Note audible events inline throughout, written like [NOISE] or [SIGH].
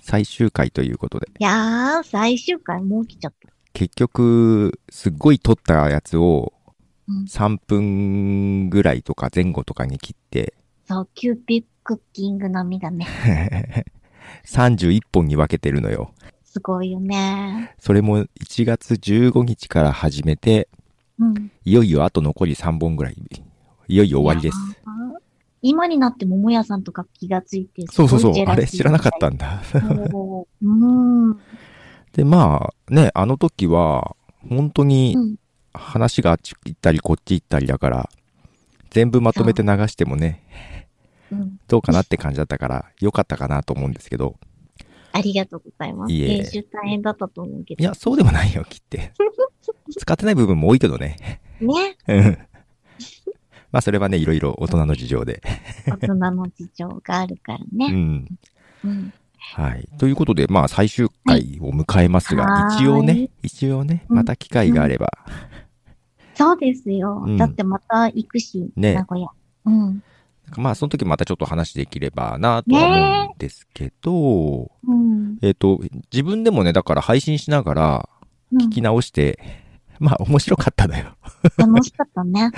最終回ということで、いやー、最終回もう来ちゃった。結局、すっごい撮ったやつをうん、 3分ぐらいとか前後とかに切って、そう、キューピックッキング並みだね。 31本に分けてるのよ。すごいよね。それも1月15日から始めて、うん。いよいよあと残り3本ぐらい。いよいよ終わりです。あー今になって桃屋さんとか気がついて。そうそうそうすごい。ジェあラシーれ知らなかったん [LAUGHS] だ。そううーん。で、まあね、あの時は、本当にうん話があっち行ったりこっち行ったりだから、全部まとめて流してもね、うん。どうかなって感じだったから、良かったかなと思うんですけど、ありがとうございます。いえ練習大変だったと思うけど。いや、そうでもないよ、切って。使ってない部分も多いけどね。 [LAUGHS] ね。うんまあ、それはね、いろいろ大人の事情で。大人の事情があるからうね。ん。うん。はい。ということで、まあ、最終回を迎えますが、はい一応はねい、一応ね、うんまた機会があれば、そうですようん。だってまた行くし、ね名古屋。うん。まあ、その時またちょっと話できればなとは思うんですけど、うん。えっ、と、自分でもね、だから配信しながらうん聞き直して、まあ、面白かったのよ。楽しかったね。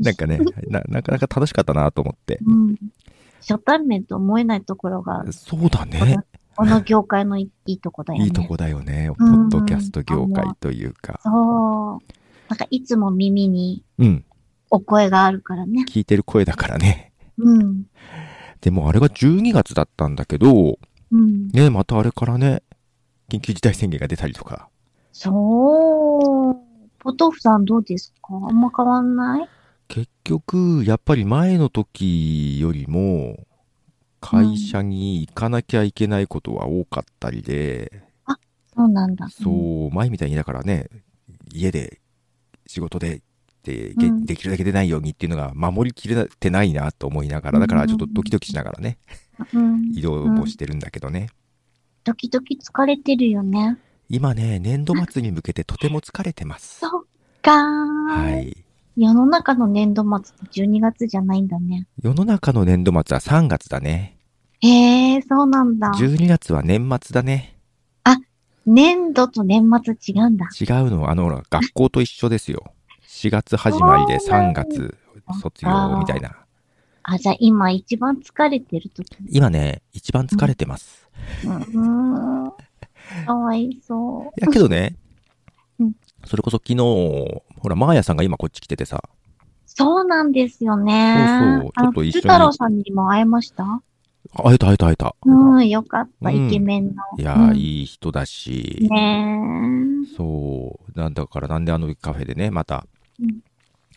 なんかね、な、なかなか楽しかったなと思って。うん。初対面と思えないところが、そうだね。この業界のいいいとこだよね。いいとこだよね。ポうッんドキャスト業界というか。そう。なんかいつも耳にうん。お声があるからね。聞いてる声だからね。うん。でもあれが12月だったんだけど、うん。ね、またあれからね、緊急事態宣言が出たりとか。そう。ポトフさんどうですかあんま変わんない結局、やっぱり前の時よりも、会社に行かなきゃいけないことは多かったりで、そうなんだ。そう、前みたいにだからね、家で、仕事で、で、げうんできるだけ出ないようにっていうのが守りきれてないなと思いながら、だからちょっとドキドキしながらね、うん。移動もしてるんだけどね。時々疲れてるよね。今ね、年度末に向けてとても疲れてます。そっかー。はい。世の中の年度末って12月じゃないんだね。世の中の年度末は3月だね。へえ、そうなんだ。 12月は年末だね。年度と年末違うんだ。違うのは、あの、ほら学校と一緒ですよ。4月始まりでそうな3んだ月卒業みたいな。あ、じゃあ今一番疲れてる時。今ね、一番疲れてます。うーん。かわいそう。いやけどねうん、それこそ昨日、ほら、マーヤさんが今こっち来ててさ、そうなんですよそね。うそうあちのょっと一緒に福太郎さんにも会えましたあ会えた会えた会えた。うん、よかった。うんイケメンの。いやー、うんいい人だし、ねそう、なんだからなんであのカフェでね、またうん、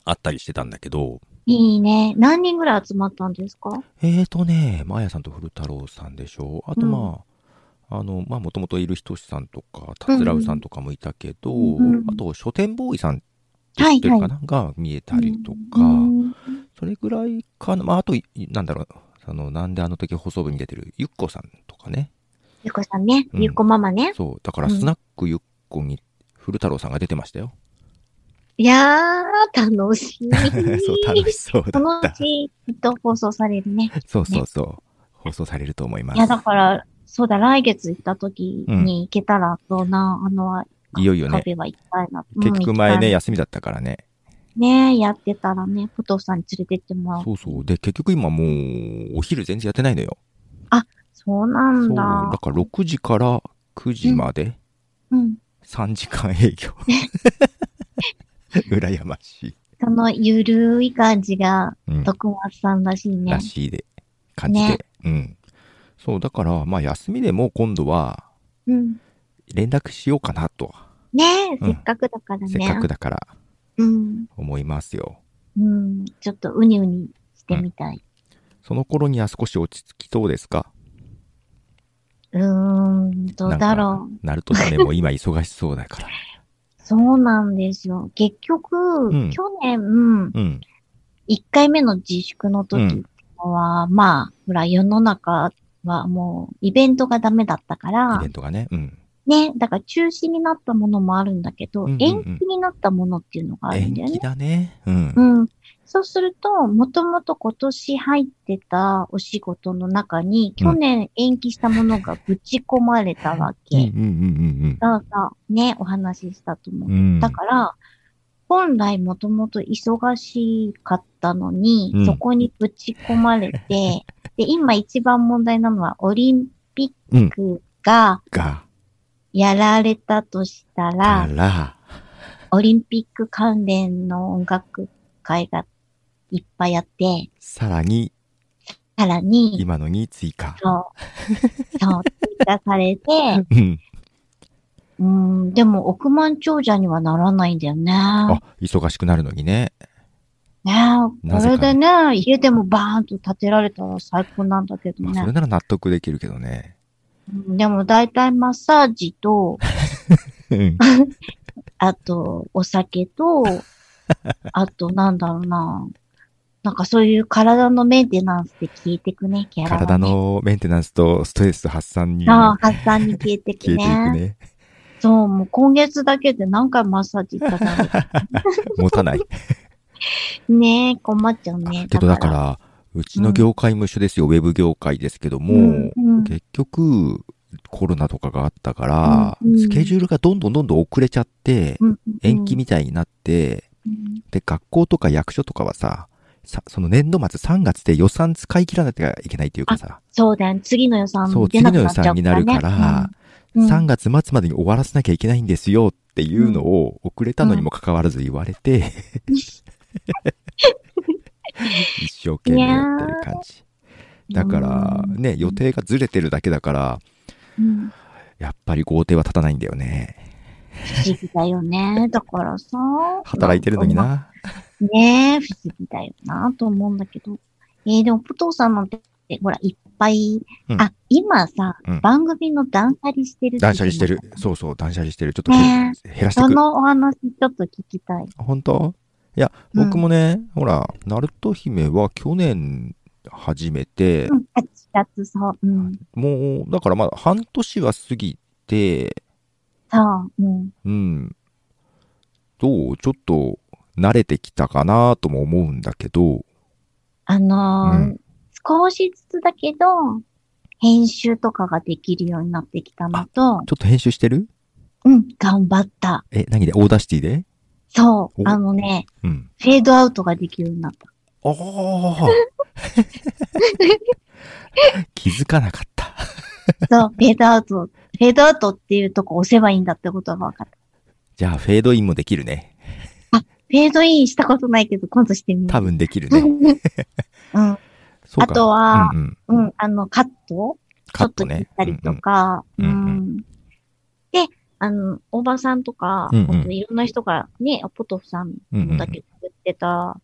会ったりしてたんだけど、え。いいね。何人ぐらい集まったんですかえーとね、まあやさんと古太郎さんでしょあとうんまあ、あの、まあもともといるひとしさんとか、たつらうさんとかもいたけど、うんうんあと書店ボーイさんってはい知ってるかな、が見えたりとか、うんそれぐらいかな。まああと、いなんだろう、その、なんであの時細部に出てるゆっこさんとかね。ゆっこさんね。うんゆっこママね。そう、だからうんスナックゆっこに古太郎さんが出てましたよ。いやー、楽しい。 [LAUGHS] そう、楽しそうだそのっうた。ち、きっと放送されるね。そうそうそう。放送されると思いまいや、すだ。から、そうだ、来月行った時に行けたら、どうな、あの、いよいよカねフ。ェは行きたいな。うん結局前。行きたね、いな休みだったからね。ねやってたらね、ポトフさんに連れてってもらう。そうそう。で、結局今もう、お昼全然やってないのよ。そうなんそう。だだ。から6時から9時までうん。 3時間営 [LAUGHS] 業。羨ましい。そのゆるい感じが、うん。徳松さんらしいねら。しいで、感じで。ねうん。そう、だから、まあ休みでも今度はうん。連絡しようかなと、ねうえ、んせっかくだからね。せっかくだからうん。思いますよ。うん。ちょっとうにうにしてみたい。その頃には少し落ち着きそうですかうーん、どうだろう。ナルトさんね、もう今忙しそうだ [LAUGHS] から。そうなんですよ。結局、うん去年、うんうん。一回目の自粛の時っていうのは、まあ、ほら、世の中はもう、イベントがダメだったかイらベ、ントがね。うん。ね、だから中止になったものもあるんだけど、うんうんうん延期になったものっていうのがあるん延だよ期ね。だね。うん。うん。そうすると、もともと今年入ってたお仕事の中に、去年延期したものがぶち込まれたわうんうんけ。が、さ、ね、お話ししたと思うんうんうう。ん。だから、本来もともと忙しかったのに、うんそこにぶち込まれて、 [LAUGHS] で、今一番問題なのは、オリンピックがが、やられたとしたら、あら、オリンピック関連の音楽会がいっぱいあって、さらに、さらに、今のに追加。そう、そう、追加されて、 [LAUGHS] うん。うん、でも億万長者にはならないんだよね。あ、忙しくなるのにね。ねえ、なこぜかねれでね、家でもバーンと建てられたら最高なんだけどまあ、そねれ。なら納得できるけどね。うんでも大体マッサージ [LAUGHS] と、うんあとお酒 [LAUGHS] と、あとなんだろうな。なんかそういう体のメンテナンスって消えてくね、キャラ、ね。体のメンテナンスとストレス発散にああ消発散に消えてえてくいくね。ね。そう、もう今月だけで何回マッサージ行っただろ [LAUGHS] 持たない。う。ねえ、困っちゃうね。けどだから、うちの業界も一緒ですよ。ウェブ業界ですけども、うんうん結局、コロナとかがあったから、うんうんスケジュールがどんどんどんどん遅れちゃって、うん、延期みたいになって、うんで、学校とか役所とかはさ、さその年度末3月で予算使い切らなきゃいけないというかさ、そうだよね。次の予算そう、出次なくの予なっちゃ算うからね。になるから、うん、 3月末までに終わらせなきゃいけないんですよっていうのを遅れたのにもかかわらず言われ [LAUGHS] て、一生懸命やってる感じ。いやだーから、ね、予定がずれてるだけだから、うんやっぱり豪邸は立たないんだよね。不思議だよね。だからさ。働いてるのにんかな。まあ。ねえ、不思議だよなと思うんだけど。えー、でも、プトさんなんて、ほら、いっぱい、うんあ、今さ、うん番組の断捨離してるって断言って捨ま離ししたてねる。そうそう、断捨離してる。ちょっとね減らしてそく。のお話ちょっと聞きたい。本当いや、うん僕もね、ほら、ナルト姫は去年始めてう、ん、8月そう、うん、もう、だからまだ半年は過ぎて、そう、うん。うん。どうちょっと慣れてきたかなとも思うんだけど、あのーうん少しずつだけど、編集とかができるようになってきたのと、ちょっと編集してるうん、頑張った。え、何でオーダーシティでそう、おあのね、うん。フェードアウトができるように [LAUGHS] なった。あ [LAUGHS] あ気づかなかった。そう、フェードアウト、フェードアウトっていうとこ押せばいいんだってことが分かった。じゃあ、フェードインもできるね。フェードインしたことないけど、今度してみよ多う。分できるね。 [LAUGHS] [LAUGHS] うん。そうあか。とは、うんうん、うん、あの、カットカットちょっと切ねっ。たりとか、うんうんうんで、あの、おばさんとか、うんうんほんといろんな人がね、ポトフさんうんうんうんもだけど言ってた、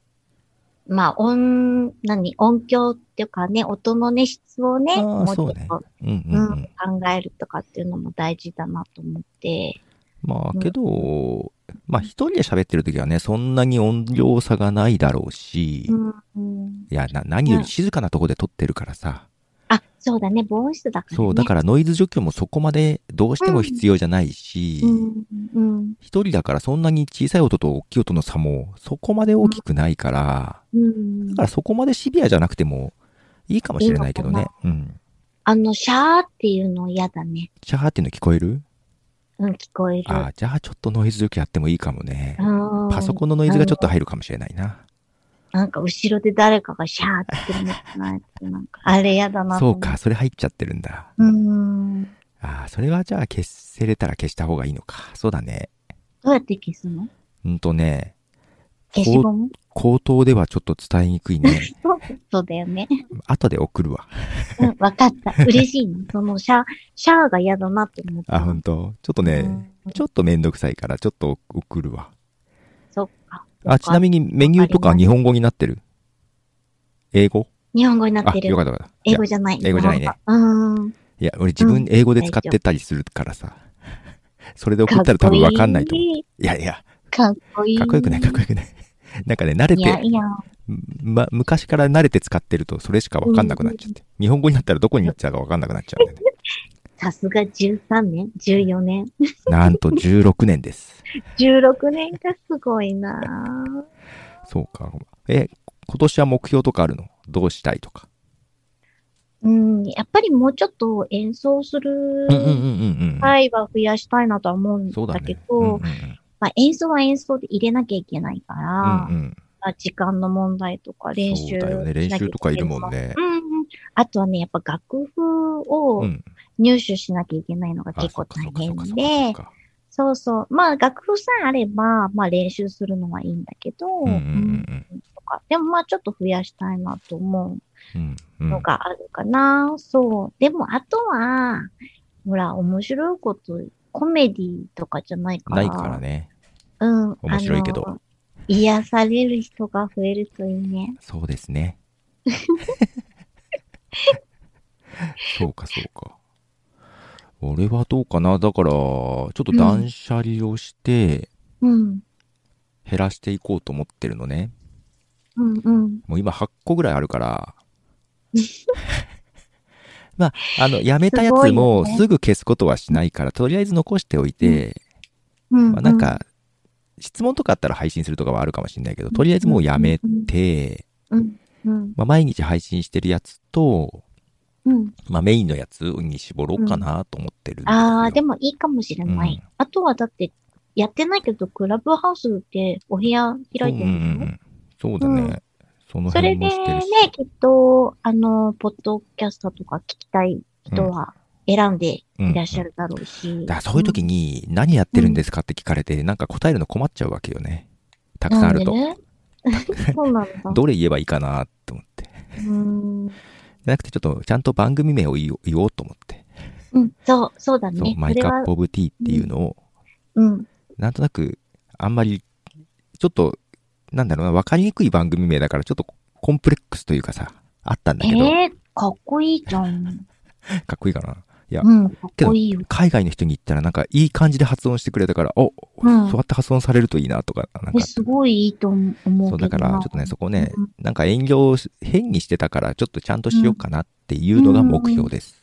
まあ、音、何、音響っていうかね、音のね、質をね、あーもうちょそうっねと、うんうんううんん、考えるとかっていうのも大事だなと思って、まあけど、まあ一人で喋ってる時はね、そんなに音量差がないだろうし、ういんうん、やな、何ようんり静かなとこで撮ってるからさ、あ、そうだね、防音室だからね。そう、だからノイズ除去もそこまでどうしても必要じゃないし、うん、うん、一人だからそんなに小さい音と大きい音の差もそこまで大きくないから、うんだか。らそこまでシビアじゃなくてもいいかもしれないけどいいねの。うん。あの、シャーっていうの嫌だね。シャーっていうの聞こえるうん、聞こえる。ああ、じゃあちょっとノイズ除去やってもいいかもね。うんパソコンのノイズがちょっと入るかもしれないな。なんか後ろで誰かがシャーって言ってないって、なんか、あれやだな。そう。か、それ入っちゃってるんだ。うーん。ああ、それはじゃあ消せれたら消した方がいいのか。そうだね。どうやって消すのうんとね、消しゴム口頭ではちょっと伝えにくいね。そうだよね。後で送るわ。うん、わか [LAUGHS] った。嬉しいの。そのシャー、シャーが嫌だなって思った。あ、ほんと。ちょっとね、うんちょっとめんどくさいから、ちょっと送るわ。そっか。あ、ちなみにメニューとか日本語になってる英語日本語になあっ、てよか。るったよかった。英語じゃない。英語じゃないね。うーん。いや、俺自分英語で使ってたりするからさ。それで送ったら多分わかんないと思う。いいい。やいや、かっこいい。かっこよくない、かっこよくない。 [LAUGHS] なんかね、慣れいやて、いや。ま、昔から慣れて使ってるとそれしかわかんなくなっちゃって。日本語になったらどこに行っちゃうかわかんなくなっちゃうんだよね。さすが13年 ?14 年なんと16年です。 ?16 年がすごいなぁそうか。え、今年は目標とかあるのどうしたいとか。うん、やっぱりもうちょっと演奏するうんうんうんうんうん。会は増やしたいなとは思うんそうだだけね。ど、うんうんまあ、演奏は演奏で入れなきゃいけないから、うんうんまあ時間の問題とか練習そうだよね。練習とかいるもんね。ね。うんうん。あとはね、やっぱ楽譜をうん。入手しなきゃいけないのがあ結構大変そっかそっかそっかそっで、かそうそう。まあ、楽譜さえあれば、まあ練習するのはいいんだけど、うんうんうんうんとかでもまあちょっと増やしたいなと思うん。ううんうのん。があるかな。そう。でもあとは、ほら、面白いこと、コメディとかじゃないかなら。いからね。うん。面白いけどあの。癒される人が増えるといいね。そうですね。 [LAUGHS] そうか、そうか。俺はどうかな。だから、ちょっと断捨離をして、うん。減らしていこうと思ってるのね。うんうん。もう今8個ぐらいある [LAUGHS] から。まあ、あの、やめたやつもすごいよねすぐ消すことはしないから、とりあえず残しておいて、うん、まあなん、か、質問とかあったら配信するとかはあるかもしれないけど、とりあえずもうやめて、うん、うん、まあ毎日配信してるやつと、うん。まあ、メインのやつに絞ろうかなと思ってるんですよ、ああ、でもいいかもしれない。うんあとはだって、やってないけど、クラブハウスってお部屋開いてうるんでしょ、うんうんそうだね。うんそのそれ辺でもねしてるし。、きっと、あの、ポッドキャスターとか聞きたい人は選んでいらっしゃる。るだろうし。だからそういう時に何やってるんですかって聞かれて、なんか答えるの困っちゃうわけよね。たくさんあると。なんでね、 [LAUGHS] そうなんだ。どれ言えばいいかなと思って。じうん、ゃなくてちょっとちゃんと番組名を言お言おうと思って。うん、そう、そうだそう、ね。マそイれカはッ、プオブティーっていうのを、うん、なんとなく、あんまり、ちょっと、なんだろうな、わかりにくい番組名だから、ちょっとコンプレックスというかさ、あったんだえけど、えー、かっこいいじゃん。かっこいいかな。うん、かっこいいよ。海外の人に言ったらなんかいい感じで発音してくれたから、お、うんそうやって発音されるといいなとか、なんえ、か、すごいいいと思うけどな。そうだからちょっとね、そこねうん、なんか遠慮をし変にしてたから、ちょっとちゃんとしようかなっていうのが目標です。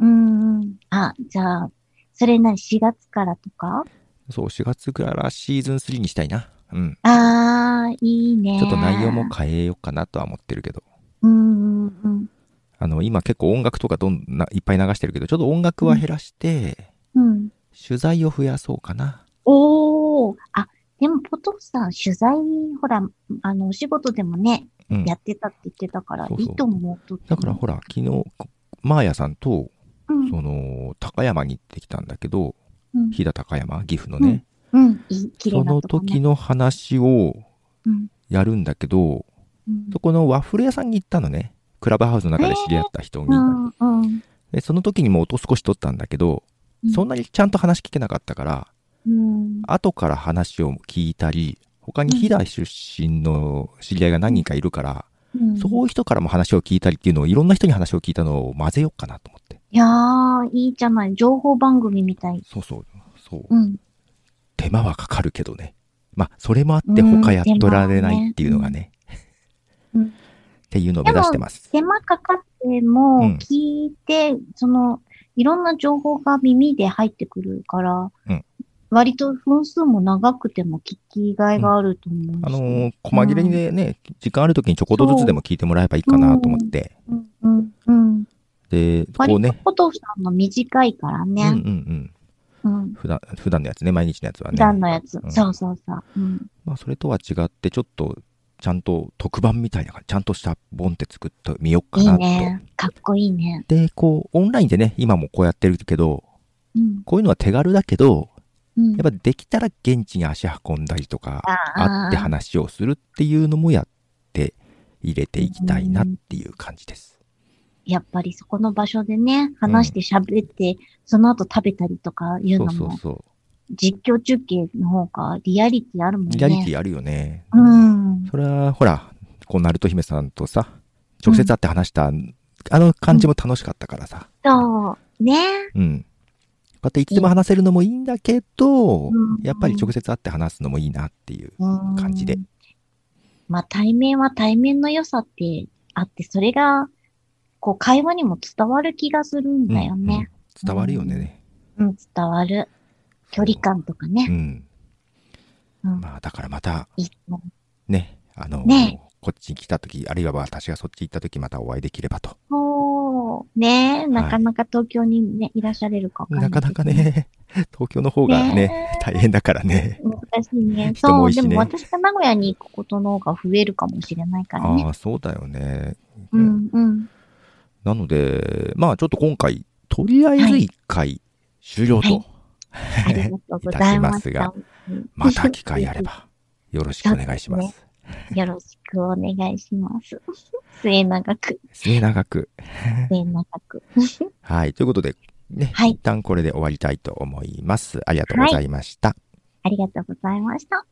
うんうん。あ、じゃあ、それなり4月からとかそう、4月からシーズン3にしたいな。うん。ああ、いいね。ちょっと内容も変えようかなとは思ってるけど。うんうんうん。あの、今結構音楽とかどんないっぱい流してるけど、ちょっと音楽は減らして、うん。取材を増やそうかな。おー。あ、でも、ポトフさん、取材、ほら、あの、お仕事でもね、うん。やってたって言ってたから、そういそういと思う。だから、ほら、昨日、こマーヤさんと、うん、その、高山に行ってきたんだけど、うん、飛騨高山、岐阜のね、うん、いい、綺麗そなのとこ、ね。時の話をうん、やるんだけど、うんそこのワッフル屋さんに行ったのね。クラブハウスの中で知り合った人に。うん、うん。でその時にも音少し取ったんだけど、うんそんなにちゃんと話聞けなかったから、うん。後から話を聞いたり、他にうん飛騨出身の知り合いが何人かいるから、うんそういう人からも話を聞いたりっていうのを、いろんな人に話を聞いたのを混ぜようかなと思って。いやー、いいじゃない。情報番組みたい。そうそう、そう。うん。手間はかかるけどね。まあ、それもあってうん他やっとられないっていうのがね。うんうんっていうのを目指してます。手間かかってうもん、聞いて、その、いろんな情報が耳で入ってくるから、うん割と分数も長くても聞きがいがあると思うし、あのー、細切れにね、時間ある時にちょこっとずつでも聞いてもらえばいいかなと思って。うんうんうん。で、こう割とね、ポトフさんの短いからうんうんうね。ん。うん。普段、普段のやつね、毎日のやつは普ね。段のやつう。んそうそうそう。うん。まあ、それとは違って、ちょっと、ちゃんと特番みたいな感じ、ちゃんとしたボンって作ってみようかいいなと。ね。かっこいいね。で、こう、オンラインでね、今もこうやってるけど、うん。こういうのは手軽だけど、うんやっぱできたら現地に足運んだりとか、あー会って話をするっていうのもやって入れていきたいなっていう感じです。やっぱりそこの場所でね、話して喋って、その後食べたりとかいうそのうそうも、そ実況中継の方がリアリティあるもんう。ね。リアリティあるよね。うん。それは、ほら、こう、ナルト姫さんとさ、直接会って話した、あの感じも楽しかったからさ。そう。ね。うん。こうやっていつでも話せるのもいいんだけど、うんやっぱり直接会って話すのもいいなっていう。うん感じで。まあ、対面は対面の良さってあって、それが、こう、会話にも伝わる気がするんだようんうんね。伝わるよね。うん、伝わる。距離感とかねう。ん。うんまあ、だからまた、いいと思ね、あの、ね今こっちに来た時、あるいは私がそっち行った時またお会いできればと。おー。ねえ、なかなか東京にね、いらっしゃれるかわかんなない。かなか。ね、 [LAUGHS] 東京の方がね、ね大変だからね。難しいね。人もそ、多いうしでねも私が名古屋に行くことの方が増えるかもしれないからね。ああ、そうだよね。うん、 [LAUGHS] うん。なので、まあちょっと今回、とりあえず1回終了と、はいありがとうございまいたしますす。がまた機会あれば、よろしくお願いしまそうす。よろしくお願いします。 [LAUGHS] 末永く、末永く。末永く。はい。ということで、ね、はい一旦これで終わりたいと思います。ありがとうございました。ありがとうございました。